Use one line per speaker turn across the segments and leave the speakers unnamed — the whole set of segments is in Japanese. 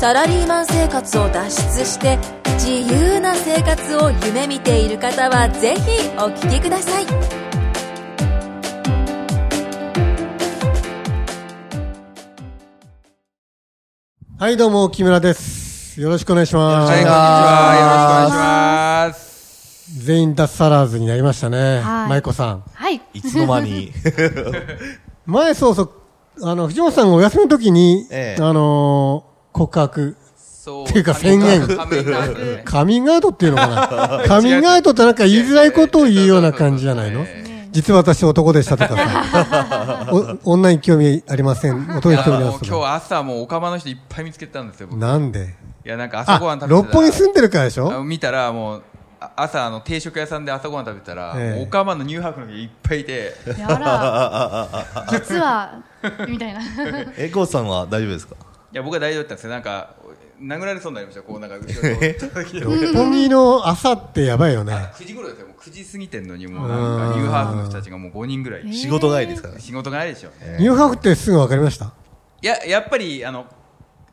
サラリーマン生活を脱出して自由な生活を夢見ている方はぜひお聞きください
はい、どうも、木村です。よろしくお願いします。
はい、こんにちは。よろしくお願いします。
全員脱サラーズになりましたね。
はい
舞子さん。
はい。
いつの間に。
前、そうそう、あの、藤本さんがお休みの時に、
ええ
あのー告白。
そう。
っていうか宣言
カミングアウトね
カミングアウトっていうのかなカミングアウトってなんか言いづらいことを言うような感じじゃないの実は私男でしたとかさ。お女に興味ありません。男
い
に
や
興味あり
もう
ません
今。日朝もうおかまの人いっぱい見つけたんですよ、僕い
なんで
や、なんか朝ごは
あ
ん、食べて
六
た
本木住んでるからでしょ
あ見たらもう、あ朝あの定食屋さんで朝ごはん食べてたら、
ええ
もうおかまの乳白の毛いっぱいいて、
やら、 実は、みたいな。
え、ゴーさんは大丈夫ですか
いや、僕は大丈夫だったんですよ。なんか、殴られそうになりましたよ、こうなんか後ろに。
六本木の朝ってやばいよね。
9時頃ですよ、もう9時過ぎてんのに、もうなんかニューハーフの人たちがもう5人ぐらい。
仕事帰りですからね。
仕事がないでしょ。
ニューハーフってすぐわかりました
いや、やっぱり、あの、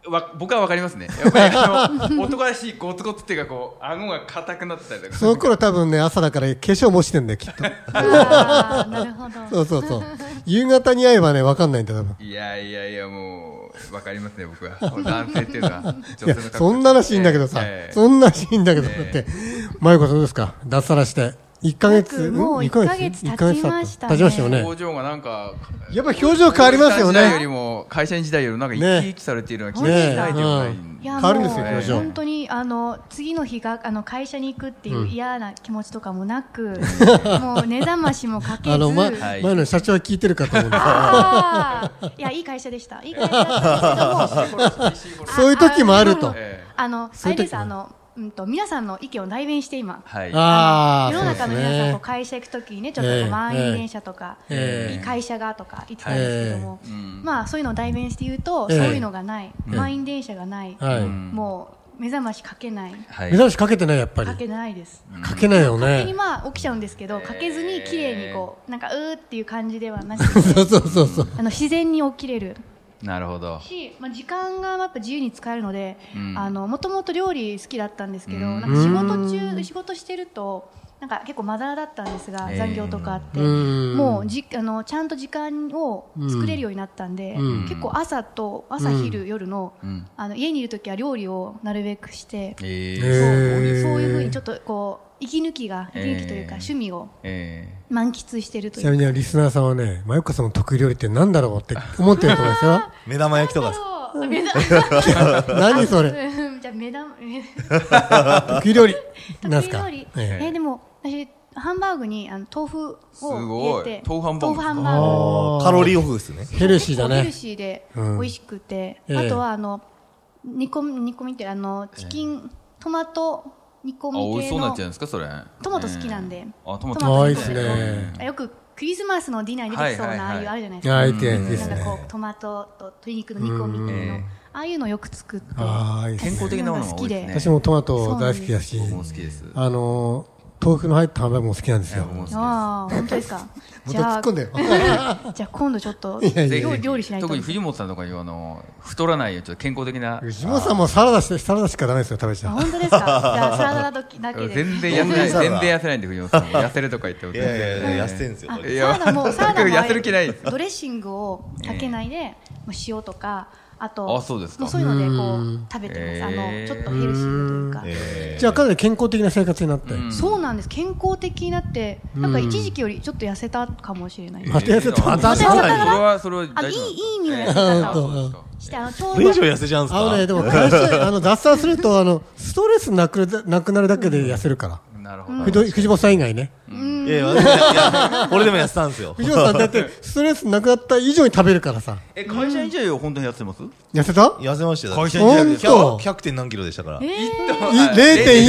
わ僕はわかりますね。やっぱりあ の、男らしいゴツゴツっていうか、こう、顎が硬くなってたりとか。
その頃多分ね、朝だから化粧もしてんだよ、きっと。
あーなるほど。
そうそうそう。夕方に会えばね、わかんないんだよ、多分。
いやいやいや、もう、わかりますね、僕は。男性っていうのは、女性
い
の
や、
格好
そんならしいんだけどさ
え、え
そんならしいんだけど、だって、まゆこさんどうですか脱サラして。1ヶ月、
約もう
2
1
一
ヶ月経ちましたね
経ちましたよね。
表情がなんか、
やっぱ表情変わりますよ
おじさん時代より
ね。
も、会社員時代よりなんか生き生きされているような気が
ね
しないでもない。
うん
いや
変わるんですよ
もう
表情
本当に、あの、次の日が、あの、会社に行くっていう嫌な気持ちとかもなく、もう、目覚ましもかけず、
あの、ま、
はい
前の社長は聞いてるかと思うん です
あーいや、いい会社でした。いい会社だ ったんですけど
け
も、
ど、そういう時もあると。
ええ
あの、
そ
ア
うい
イ
う時
リさん、あの、うんと、皆さんの意見を代弁して今、
はい。
ああ、
世
そ
の
うです
中の皆さん、こう
ね。
会社行くときにね、ちょっと
え
こ
え
う満員電車とか、
ええ
いい会社がとか言ってたんですけども、
ええうん
まあそういうのを代弁して言うと、
ええ
そういうのがない、
え
満員電車がない、
はい。
もう目覚ましかけない、
は
目覚ましかけてない、やっぱ
か
り。
けないです。
かけないよ
勝手に
ね。
まあ起きちゃうんですけど、かけずに綺麗にこう、なんかうーっていう感じでは なく
そうそうそうそう。
あの自然に起きれる
なるほど。
し、まあ、時間がやっぱ自由に使えるので、
うん
あのもともと料理好きだったんですけど、
うん
なんか仕事中仕事してるとなんか結構まだらだったんですが、
ええ
残業とかあって、
うん
もうじあのちゃんと時間を作れるようになったんで、
うん
結構朝と朝昼、夜の
うん。
あの家にいる時は料理をなるべくして、
え
へ
え
え
そういうふうにちょっとこう息抜きが息抜きというか、
ええ
趣味を
ええ
満喫してるとい
ち
うか
なみにリスナーさんはね、まゆこさんの得意料理ってなんだろうって思ってると思います よ。
目玉焼きとかですか
そう目玉
何それ。
じゃあ目玉目
得意料理。なん
得
す
意
か
料理
ええ
えーでも私ハンバーグにあの豆腐
す
を
ご
入れ
い
て。
豆腐ハンバーグ。
豆腐ハンバーグ
あー
カロリーオフですね。
ヘルシーだ
結構ヘル
ね。
シーで美
うん
味しくて、
ええ
あとはあの煮込み煮込みっていうあのチキン、トマト煮込
あ、美
み
味し
系
そうにな
の
っちゃうんですか、それ。
トマト好きなんで
ええあ、トマト。
トマト
ああ、いい
煮
で
込
す
み
ね。
よくクリスマスのディナーに出てきそう
はいはい
な
はい
ああいうあるじゃないですか、
ああ、いいで
な
す
んかこ
ね。
うトマトと鶏肉の煮込みっていうの、
ええ
ああいうのをよく作って
ああ、いいです
健
ね。
康的なものが多いですね。
私もトマト大好きだし、
僕も好きです。
あのー、豆腐の入ったハンバーグも好きなんです
いや
よ。
僕も好きです。
ああ本当で すか
もっ
じ
と
ゃ
突
あ
っ込んでよ。
じゃあ 今度ちょっと
いやいや
ぜひ
料理料理しないと
特に藤本さんとかにはあの太らないようにちょっと健康的な
藤本さんもサラダして、サラダしかダメですよ、食べち
あ
ゃ。
本当です か。じゃあサラダだけだけで。
全然痩せない
全然
全然痩せないんで藤本さ んも痩せるとか言っても
い
全
や
然
いやいや、痩せてんですよ。
あ
こ
い
れ
や
サラ ダもサラダも
痩せる気ないです
ドレッシングをかけないで、もう塩とかあと
あそうですか
もそういうのでこう食べてます。あ
へ
の
ー
ちょっとヘルシーというか。
え
う。じゃあ、かなり健康的な生活になって。
ん
そうなんです。健康的になってなんか一時期よりちょっと痩せたかもしれない。
また痩せた。
ま
また
た
痩せ
それ
た。
はそれは
あ
大
いい
丈夫
いい匂いが
うん
し
あ
た
と
と
そうですか
してあのちょ
ーこ
う
れ以
ど
上痩せちゃうんす
あのね、
か
でも会社、あの、脱サラすると、あの、ストレスなくななくなるだけで痩せるから。
なるほど
藤藤本さん以外ね。
いやいやいや、俺でも痩せたんで すよ。
藤本さんだって、ストレスなくなった以上に食べるからさ。
え会社員時代は本当に痩せてます
痩せた
痩せましたよ。
社員時代でほんと
100, 100点何キロでしたから。
えー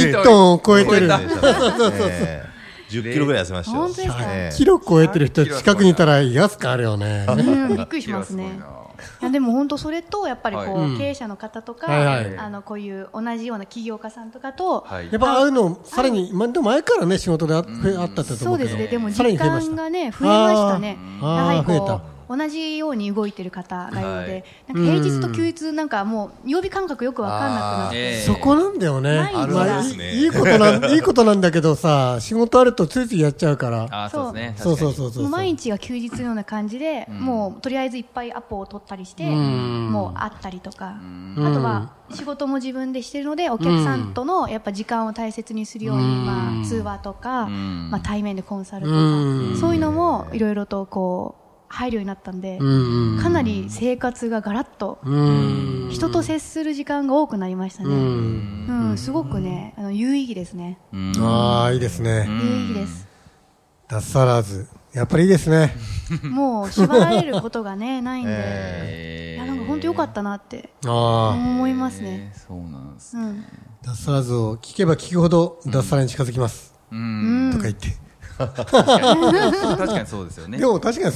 い0.1トンを超えてる。
そうそうそう。え10キロぐらい痩せましたよ。
本当ですか
ええ
キロ超えてる人近くにいたら威圧感あるよね。
うん、びっくりしますね。いやでも本当それとやっぱりこう、
はい
うん
経営者の方とか、
はいはい
あのこういう同じような起業家さんとかと、
はい
やっぱああいうの、さらに、まあ、でも前からね、仕事であ,、あったってと
そ
思
う
うけ
で
ど。
すねでも
さらに
実
増えま
感
した。
がね増えましたねや
あー
はり
あー増
こう同じように動いてる方がいるので、なんか平日と休日なんかもう曜日感覚よくわかんなくなって
そこなんだよね。
毎日が
ま
あ
あ、いい
るんです
ね
いいことなん、いいことなんだけどさ、仕事あるとついついやっちゃうから。
あーそうですね。
そうそう
う。
そうそう。
もう毎日が休日のような感じで、もうとりあえずいっぱいアポを取ったりして、
ん
もう会ったりとか、
うん
あとは仕事も自分でしてるのでお客さんとのやっぱ時間を大切にするように、
うん
まあ、通話とか、
ん
まあ、対面でコンサルとか、
うん
そういうのもいろいろとこう入るようになったんで、
うん
かなり生活がガラッと、
うん。
人と接する時間が多くなりましたね、
う
うん
ん。
すごくねあの有意義ですね、
うん
ああ、いいですね。
有意義です
脱サラーズ。やっぱりいいですね。
もう縛られることがねないんで、
えー
いやなんか本当良かったなって
ああ。
思いますね。
えーそうなんです
う。ん、
脱サラーズを聞けば聞くほど脱サラに近づきます。
うん。
とか言って。
確かにそうですよね
で。も確かに、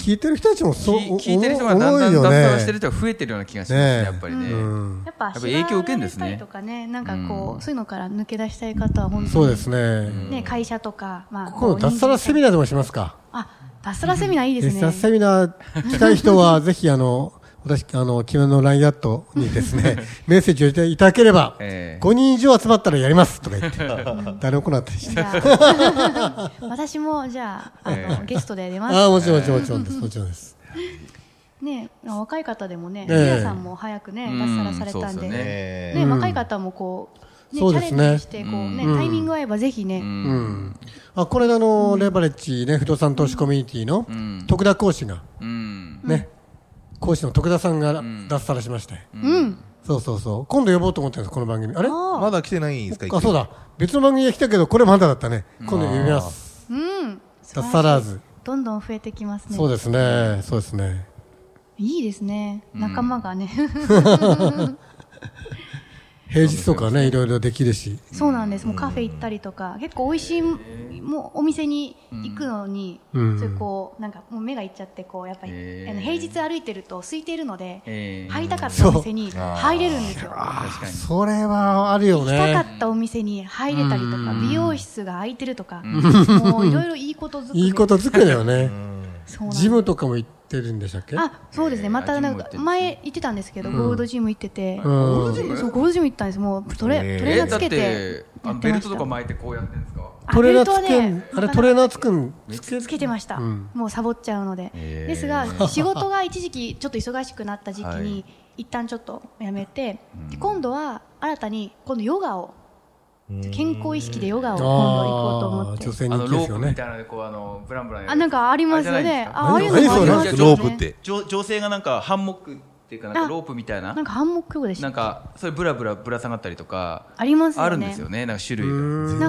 聞いてる人たちもそう、
き聞いてる人がだんだん脱サラしてる人が増えてるような気がします
ね
ね
え、
やっぱりね。
うん
やっぱ
やっぱ影響受けんですね
縛られたりとかね、なんかこう、そういうのから抜け出したい方は本当に
そうですね。
ね会社とかまあ
今度脱サラセミナーでもしますか。
あ脱サラセミナーいいです
脱サ
ね
ラ。セミナー来たい人は、ぜひあの、私、あの、昨日の LINE アットにです ね、メッセージをいたいただければ、
ええ
5人以上集まったらやりますとか言って、誰も来なかったりし
じ
て。
ゃあ 私もじゃああの、ゲストで出ます。
ああ、もちろん、もちろん、もちろんです。もちろんです。
ね若い方でもね、
ええ
皆さんも早くね
うん
脱サラされたん
そうでよ
ですね
え
うん
若い方もこうねチ
そうで
ャ
す
レ
ね
ンジしてこうね
うん
タイミング合えばぜひね、
うん
うん。あ、これであの、レバレッジね、不動産投資コミュニティの
ん
徳田講師が、
うん。
ね、講師の徳田さんが脱サラしまして。
うん、
そうそうそう。今度呼ぼうと思ってるんです、この番組。あれあ、
まだ来てないんですか
そうだ。別の番組が来たけど、これまだだったね。今度呼びます。
うん、
脱
素晴らしい
サラーズ。
どんどん増えてきますね。
そうですね。そうですね。
いいですね。仲間が ね。
平日とかね、いろいろできるし。
そうなんです。もうカフェ行ったりとか、結構美味しい、もうお店に行くのに、
うん
そういうこう、なんかもう目がいっちゃって、こう、やっぱり、
へー
あの平日歩いてると空いているので、
えー
入りたかったお店に入れるんですよ。
確かに。
それはあるよ
行きた
ね
か。ったお店に入れたりとか、美容室が空いてるとか、もういろいろいいことずくめ
いいことづくだよね。
そうなんです
ジムとかも行ってるんでしたっけ
あ、そうですね。またな
ジム
ん
行っ
か
てるんですね
前行ってたんですけど、ゴールドジム行ってて、
うん。
そうゴールドジム行ったんです。もうトレ、
へー
ト
え
レーナ
ー
ー
だ
つ
っ
けて
て、
や
あ
って
ベ
ま
ルト
し
と
た
か。巻いてこうやってるんですか
あ
トレーナー
ベ
つ
ルト
く
は
ん
ね、
あれトレーナーつくん、
つけてました、
ん
もうサボっちゃうので、
へー
で すが、仕事が一時期ちょっと忙しくなった時期に、
はい
一旦ちょっとやめて、で今度は新たに今度ヨガを、健康意識でヨガを今度行こうと思
あ
っ
ー
て
女。性
あ
人
の
気で
ロ
す
ー
よ
プ
ね
みた。いなのでこうあのブランブランやる
あなんかありますよ
あれじゃないん。
ね
ですか
あ、ああいうの
何それ
もあ
な
り
ん
ます
か
よ
ロ
ね
ープって。
じょ女性がなんかハンモックっていうかなんか
あ
ロープみたいな
なんかハンモックヨガでし
なん。
た
かそれブラブラぶら下がったりとか
ありますよね。
あるんですよねなんか種類が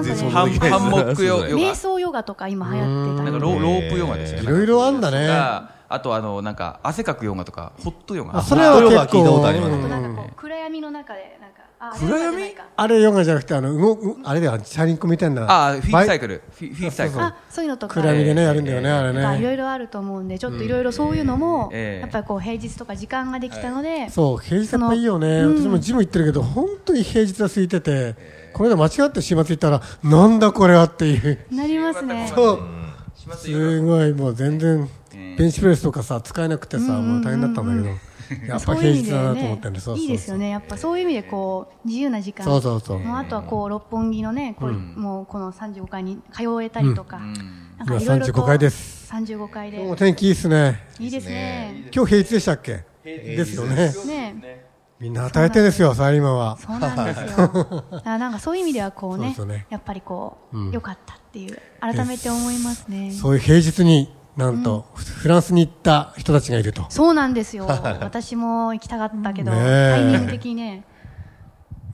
なんか
ハン
ね、
ハンモックヨヨ
瞑
ガ
想ヨガとか今流行ってた
なんか
り。
ロロープヨガでした
いろいろあんだね。
があとあのなんか汗かくヨガとかホットヨガ
あ、それは
ヨ
結
ガ聞いたことあります
構。うん
なんかこう暗闇の中でなんかあ暗闇じゃないか
あれヨガじゃなくて、あの、動く、あれだよ、チャリンコみたいな。
あフィー
バ
ク
イ
サイクルフィフィークサイクル
あそういうのとか
暗闇でね、やるんだよね、
えー
あれ
なんかいろ
ね。
いろあると思うんで、ちょっといろいろそういうのも、
ええ
やっぱりこう平日とか時間ができたので、
そう、平日やっぱいいよね。私もジム行ってるけど、本当に平日は空いてて、この間間違って週末行ったら、なんだこれはっていう。
なりますね。
そう。
しますよ
すごい、もう全然
え、
ベンチプレスとかさ、使えなくてさ、もう大変だったんだけど、やっぱ
そういう
平
意味
日
で
だなと思ってんで、
ね
そう、そう。
いいですよね。やっぱそういう意味でこう自由な時間、
そうそうそう
もうあとはこう六本木のね、こうもうこの35階に通えたりとか、なんかいろいろと
今35階です。
35階
そう。お
で
天気いいっすね。
いいですね。
今日平日でしたっけですよね。
ね、
みんな与えてですよ、サラリーマンは。
そうなんですよ。あなんかそういう意味ではこうね、
そうですよね
やっぱりこう良、かったっていう改めて思いますね。
そういう平日に、なんと、フランスに行った人たちがいると。
そうなんですよ。私も行きたかったけど、
ねえ
タイミング的にね。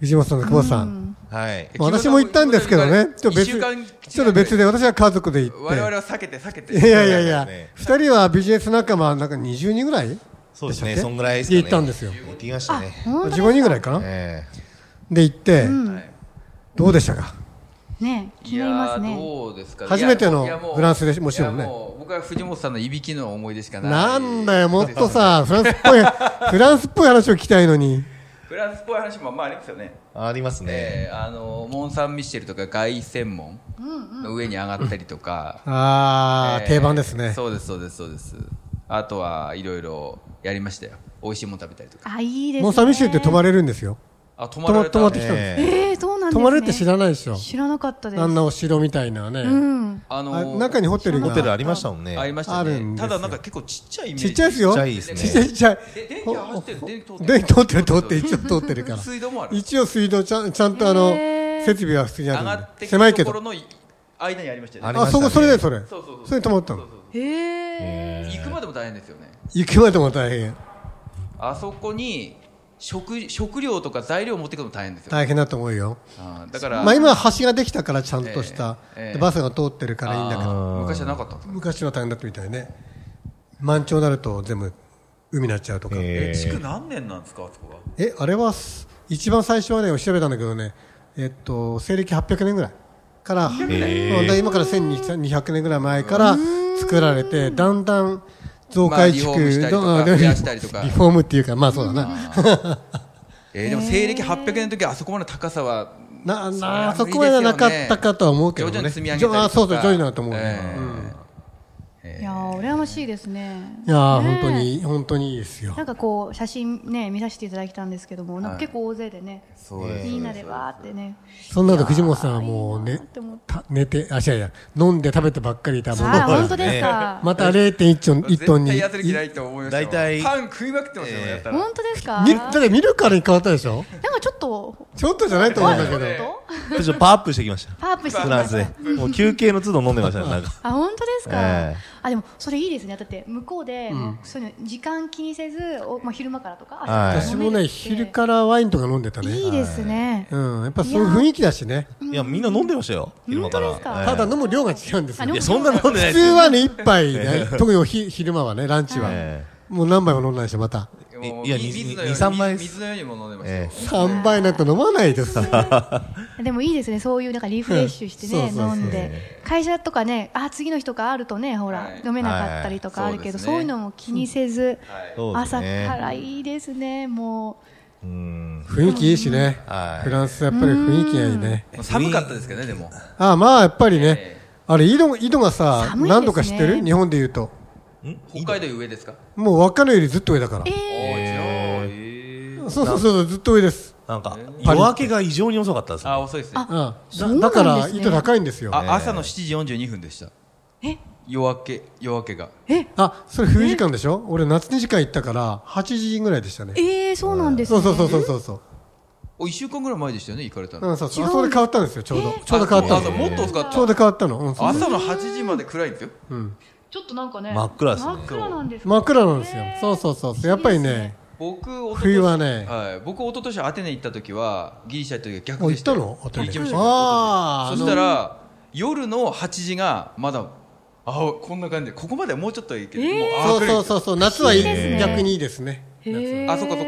藤本さんと久保田さん。
はい。
まあ私も行ったんですけどね、ちょっと別、
一週間
ちょっと別で、私は家族で行
我々
っ
は避けて避けて
て。いやいやいや
ね、
二人はビジネス仲間、なんか20人ぐらい
そうです
で
ね。
したっけ
そんぐらいですかね。
行ったんですよ
行ってきましたね。
本当に
15人ぐらいかな
ええ
で行って、
はい
どうでしたか
いね気になります
いやー
ね
どうですか
初めての
いやもう
フランスでもちろんね
いやう僕は藤本さんのいびきの思い出しかない
なんだよ、もっとさ、フランスっぽい、フランスっぽい話を聞きたいのに。
フランスっぽい話もまあありますよね
ありますね。
えーあのモン・サン・ミッシェルとか凱旋門の上に上がったりとか、
あー、
えー
定番ですね。
そうですそうですそうですあとはいろいろやりましたよ美味しいもん食べたりとか
あいいですね
もう寂しいって泊まれるんですよ。
あ泊
泊ま泊まってきたんです。
え
えー、そうなんです
泊
ね
まれるって知らないでしょ。
知らなかったです
あんなお城みたいな
う
ね。
ん
あの
あ中にホテル
ホテル
が。
ありましたもんね。
ありました
あるん
ね
です
た
よ
だなんか結構ちっちゃいイメージ
ちっちゃいですよ。
ちっちゃいですね
ちっちゃ いちっちゃい
で電気走ってる電気通って
電気通ってる通ってる一応通ってるから
水道もある
一応水道ちゃんちゃんとあの
へー
設備は普通に
上
あ
が
るんで
ってく
狭い
る
け
とこ
ど
ろの間にありましたよ
あ
ね
り
あそこそれでそれ
そうそうそう
それで泊まった
そ
の
うそうそう
へえ
行くまでも大変ですよね
行くまでも大変
あそこに食食料とか材料を持ってくのも大変ですよ
大変だと思うよ
あーだから
まあ今は橋ができたからちゃんとした
ええ
でバスが通ってるからいいんだけど
あー昔はなかったんですか
昔は大変だったみたいね満潮になると全部海になっちゃうとか
え
え
築
ー
何年なんですかあそこは
えあれはす一番最初はね調べたんだけどねえっと西暦800年ぐらいからうんで今から1200年ぐらい前から作られてだんだん増改築
まあリフォームしたりとか
どん
増やしたりとか
リフォームっていうかまあそうだな
えー、でも西暦800年の時あそこまで高さは
な
そり
な
ゃ
あそこまではなかったかとは思うけど
徐々
ね
に積み上げたりとか
あそうそう徐々になると思うね
えー
うん
えー
いやー羨ましいですね
いやー
ね
本当に本当にいいですよ
なんかこう写真ね見させていただいたんですけどもなん
は
か
い
結構大勢でね、
そうです
みんなでわーってね
そんなの藤本さんはもう
い
ね
やーいいなーって思って
た寝てあ違う違う飲んで食べてばっかりいたもん
あー
で
本当ですか、
また0.1トン1トンに
絶対やつれ嫌いと思いましたよ
大体
パン食いまくってましたよ、
えー
やったら
本当ですか
見るだって見るからに変わったでしょ
なんかちょっと
ちょっとじゃないと思うんだけ
は
ど
い
と
ちょっとパワーアップしてきました。
パープしてき
フラ
ま
ン
し
ス
た
で。もう休憩の都度飲んでましたね、なんか。
あ本当ですか、
ええ
あでもそれいいですねだって向こうで、もうそういうの時間気にせずおまあ昼間からとか、
はい
私もね昼
ら
からワインとか飲んでたね
いいですね、
うんやっぱそういう雰囲気だしね
いや、みんな飲んでましたよ。昼間から。
本当ですか
ええ
ただ飲む量が違うんです
あ
よ
飲
い
む
や、そんな飲んでな
普通
いですよ。
はね一杯 ね特におひ昼間はねランチは
え
もう何杯も飲んだりしてまた
もう
いや
水
に
のように
にさん枚
水のようにも飲んでましたよ、
ええ
3杯なんか飲まない でさ
でもいいですねそういうなんかリフレッシュしてね、
うんそうそうそう
飲んで会社とかねあ次の日とかあるとねほら、
はい
飲めなかったりとかあるけど、
はい
そういうのも気にせず、
はい、
そうです
朝か
ね
らいいですねも
うん。
雰囲気いいしね
はい
フランスやっぱり雰囲気がいいね
寒かったですけどねでも
ああまあやっぱりね
え
あれ井戸井戸がさ
寒いですね
何度か知ってる日本で言うと
北海道より上ですか
もう若菜よりずっと上だから
うえ
お
ー
ーじゃあえー
そうそうそうそうずっと上です
なんか、
パリ
夜明けが異常に遅かったです
あ
よ。
遅いですね
うんだ
そうなんですね
だから糸高いんですよ
あ朝の7時42分でした
え
夜明け夜明けが
あそれ冬時間でしょ俺夏2時間行ったから8時ぐらいでしたね
えー、そうなんです
そ
ね
うそうそうそうそうそう
お1週間ぐらい前でしたよね行かれた
う
の、
んそうそう
違う
あそこで変わったんですよちょうど
えー
ちょうど変わった
あそう
の
もっと遅かった
ちょうど変わったのうんそうそう
朝の8時まで暗いんですよ
ちょっとなんかね
真っ暗ですね
真っ暗なんです
真っ暗なんですよそうそうそうそうやっぱり
いいです
ね
僕一昨年
冬はね
はい、僕一昨年アテネ行った時はギリシャという逆
あ
で
行っ
した
た
よ
のアテネ
行きました
あ
そ
ー
し
の
たら夜の8時がまだあこんな感じでここまではもうちょっといいけど、
えー
もうあ
そうそうそうそう夏はいい
いいですね
逆にいいですね
へー
あそっかそっ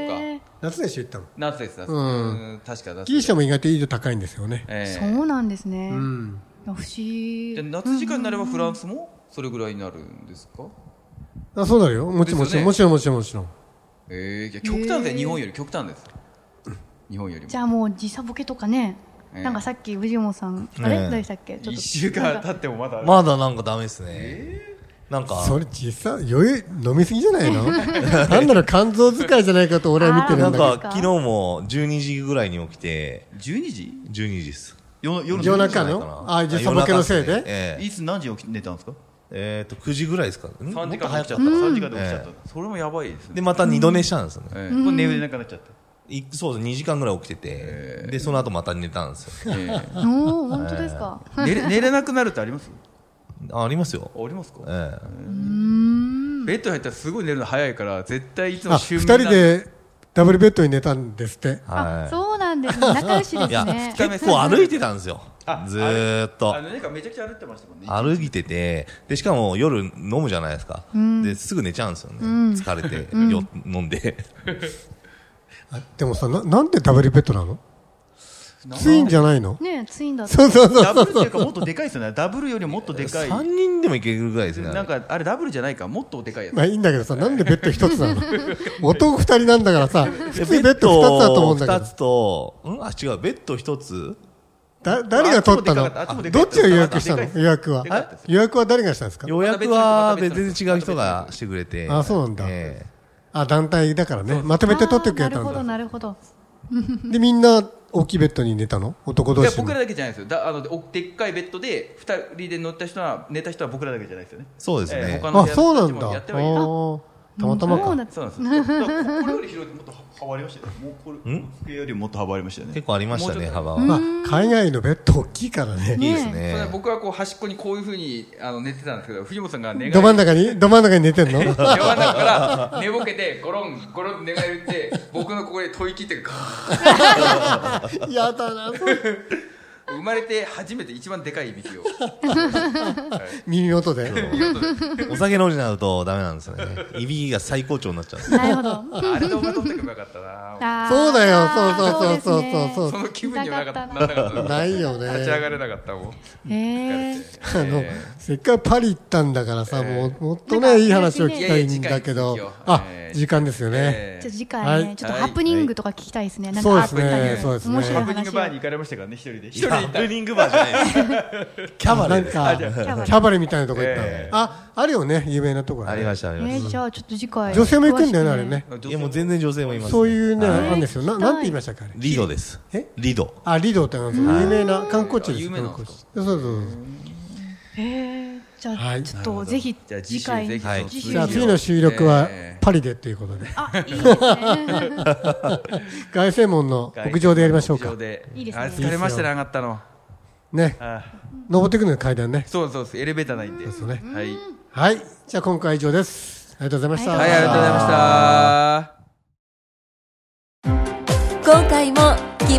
夏でしょ行ったの
夏です夏、
う
うんん、確か夏
ギリシャも意外と緯度高いんですよね
ええ
そうなんですね、
うん
不思議
で夏時間になればフランスもそれぐらいになるんですか
あそうなるよもちろんも
で
ち
す
ろん
よね
もちろんもちろんもちろん
ええいや極端で、日本より極端です日本よりも
じゃあもう時差ボケとかね、
ええ
なんかさっき藤本さん、あれ
ええ
誰でしたっけちょっ
1
と
週間経ってもまだある
まだなんかダメですね。なんか、
それ実際余裕飲みすぎじゃないのなんなら肝臓使いじゃないかと俺は見てる
なんん
だけど
か昨日も12時ぐらいに起きて、
12時
12時です。
夜夜
夜中
じゃない
の
かな
あじゃあサボケのせい
夜中っす
で
ねええ
いつ何時に起き寝たんですか
えっと、9時ぐらいですか。ん
3時間
も
早
っ
くち
と
ゃ
早
っ
か
た
ったかな
3時間で起きちゃった、
え
それもやばいですね
で、また二度寝したんですよね。
ええこれ寝れなくなっちゃった、
いそうです、2時間ぐらい起きてて、で、その後また寝たんで すよ。
ええ
おー本当ですか、
寝れ寝れなくなるってあります
あありますよ。
ありますか、
ええ
ベッドに入ったらすごい寝るの早いから絶対いつも
あ
就
二
眠なん
人でダブルベッドに寝たんですって
は
あ
い。
そうなんですね仲良しです
いや
ね、
結構歩いてたんですよ
あ。
ずーっと
あ。のなんかめちゃくちゃ歩いてましたもんね
歩いてて、で、しかも夜飲むじゃないですか。で、すぐ寝ちゃうんですよね。疲れて、よ、飲んで。
あでもさななんでダブルベッドなのツインじゃないの
ねえツインだと
そうそうそう
ダブルっていうかもっとでかいですよねダブルよりもっとでかい
3人でもいけるぐらいですね。あれ
なんかあれダブルじゃないかもっとでかいやつ
まあいいんだけどさなんでベッド一つなの男二人なんだからさ普通ベッド二つだと思うんだ
ベ
け
ッド二
ど
つと、うんあ、違う、ベッド一つ
だ誰が取ったの
あっちもでかい
どっちが予約したの
あっちもでかい
予約は
ですでかいです
予約は誰がしたんですか
予約は別に違う人がしてくれて。
あそうなんだ
ええ
あ団体だからねまとめて取ってくれた
あーなるほど
んだ
なるほど
でみんな大きいベッドに寝たの男
い
同
や
士の
僕らだけじゃないですよだあのおでっかいベッドで二人で乗った人は寝た人は僕らだけじゃないですよね
そうですね
ええ他の
あそうなんだ
や
あ
ってはいる
ーたまたま
もう
か
な
そうなんですよだからこれより広いともっと幅ありましたよねもうこれ
ん
机よりもっと幅ありましたよね
結構ありましたね、
もうちょっと
幅
まあ
は。
海外のベッド大きいからね
いいです
それで
ね。
僕はこう端っこにこういうふうにあの寝てたんですけど藤本さんが寝
ど
返
真ん
り
中にど真ん中に寝てんの
寝返りだから寝ぼけてゴロンゴロン寝返り打って僕のここで吐息ってガーッ
やだな
生まれて初めて一番でかいいびきを
耳元で
お酒飲んじゃうとダメなんですよね。いびきが最高潮になっちゃうんです
なるほど
あれ動画撮ってくればよかっ たな
あー
そうだよそうそうそう
ですね
そう
その気分にはなかったなら
な
なかった
ないよね
立ち上がれなかったもん
へえ
あの
え
せっかくパリ行ったんだからさ、
ええ
もうもっとねいい話を聞
い
き
や
た
いや
いんだけど、
次回
あ、
ええ
時間ですよね、
え
じゃあ
え
次回ね、
はい
ちょっとハプニングとか聞きたいですね。なん
そう
か
です
あった
ね
り
そうですね
面白い
ハプニング
話
バーに
を。
行かれましたからね一人で一人で行
ハ
っ
プ
た
ニングバーじゃないです。キャバレ
な
ー
ん
です。
か
ャバレ
キャバレみたいなとこ行った、
ええ
ああるよね有名なとこ、ね、
ありました、あり
え
まし
ー、じゃあちょっと次回。
た女性も行くんだよねあれね
た。いや、もう全然女性もいますね。
そういうね、
はい
あるんですよな
聞きたい
なんて言いましたっけあれ
リドです。
え
リド。
あリドってなんですよ有名な観光地です
有名なん
観
です
光地そうそうそう
詳しくね。えー、じゃあ、
はい
ちょっとぜひ
じゃあ次
次
週
回
ぜひ
はい
次週
じゃあ次の収録は
ええ
パリでということで、
あ、いいですね。
凱旋門の屋上でやりましょうか
屋上で
いいです
あ
ね
れ疲れましたね上がったの
ね
ああ
登っていくのよ階段ね
そうそうですエレベーターないんで
そうです
はいはい
はいじゃあ今回は以上ですありがとうございました、
ありがとうございました
今回も木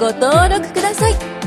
ご登録ください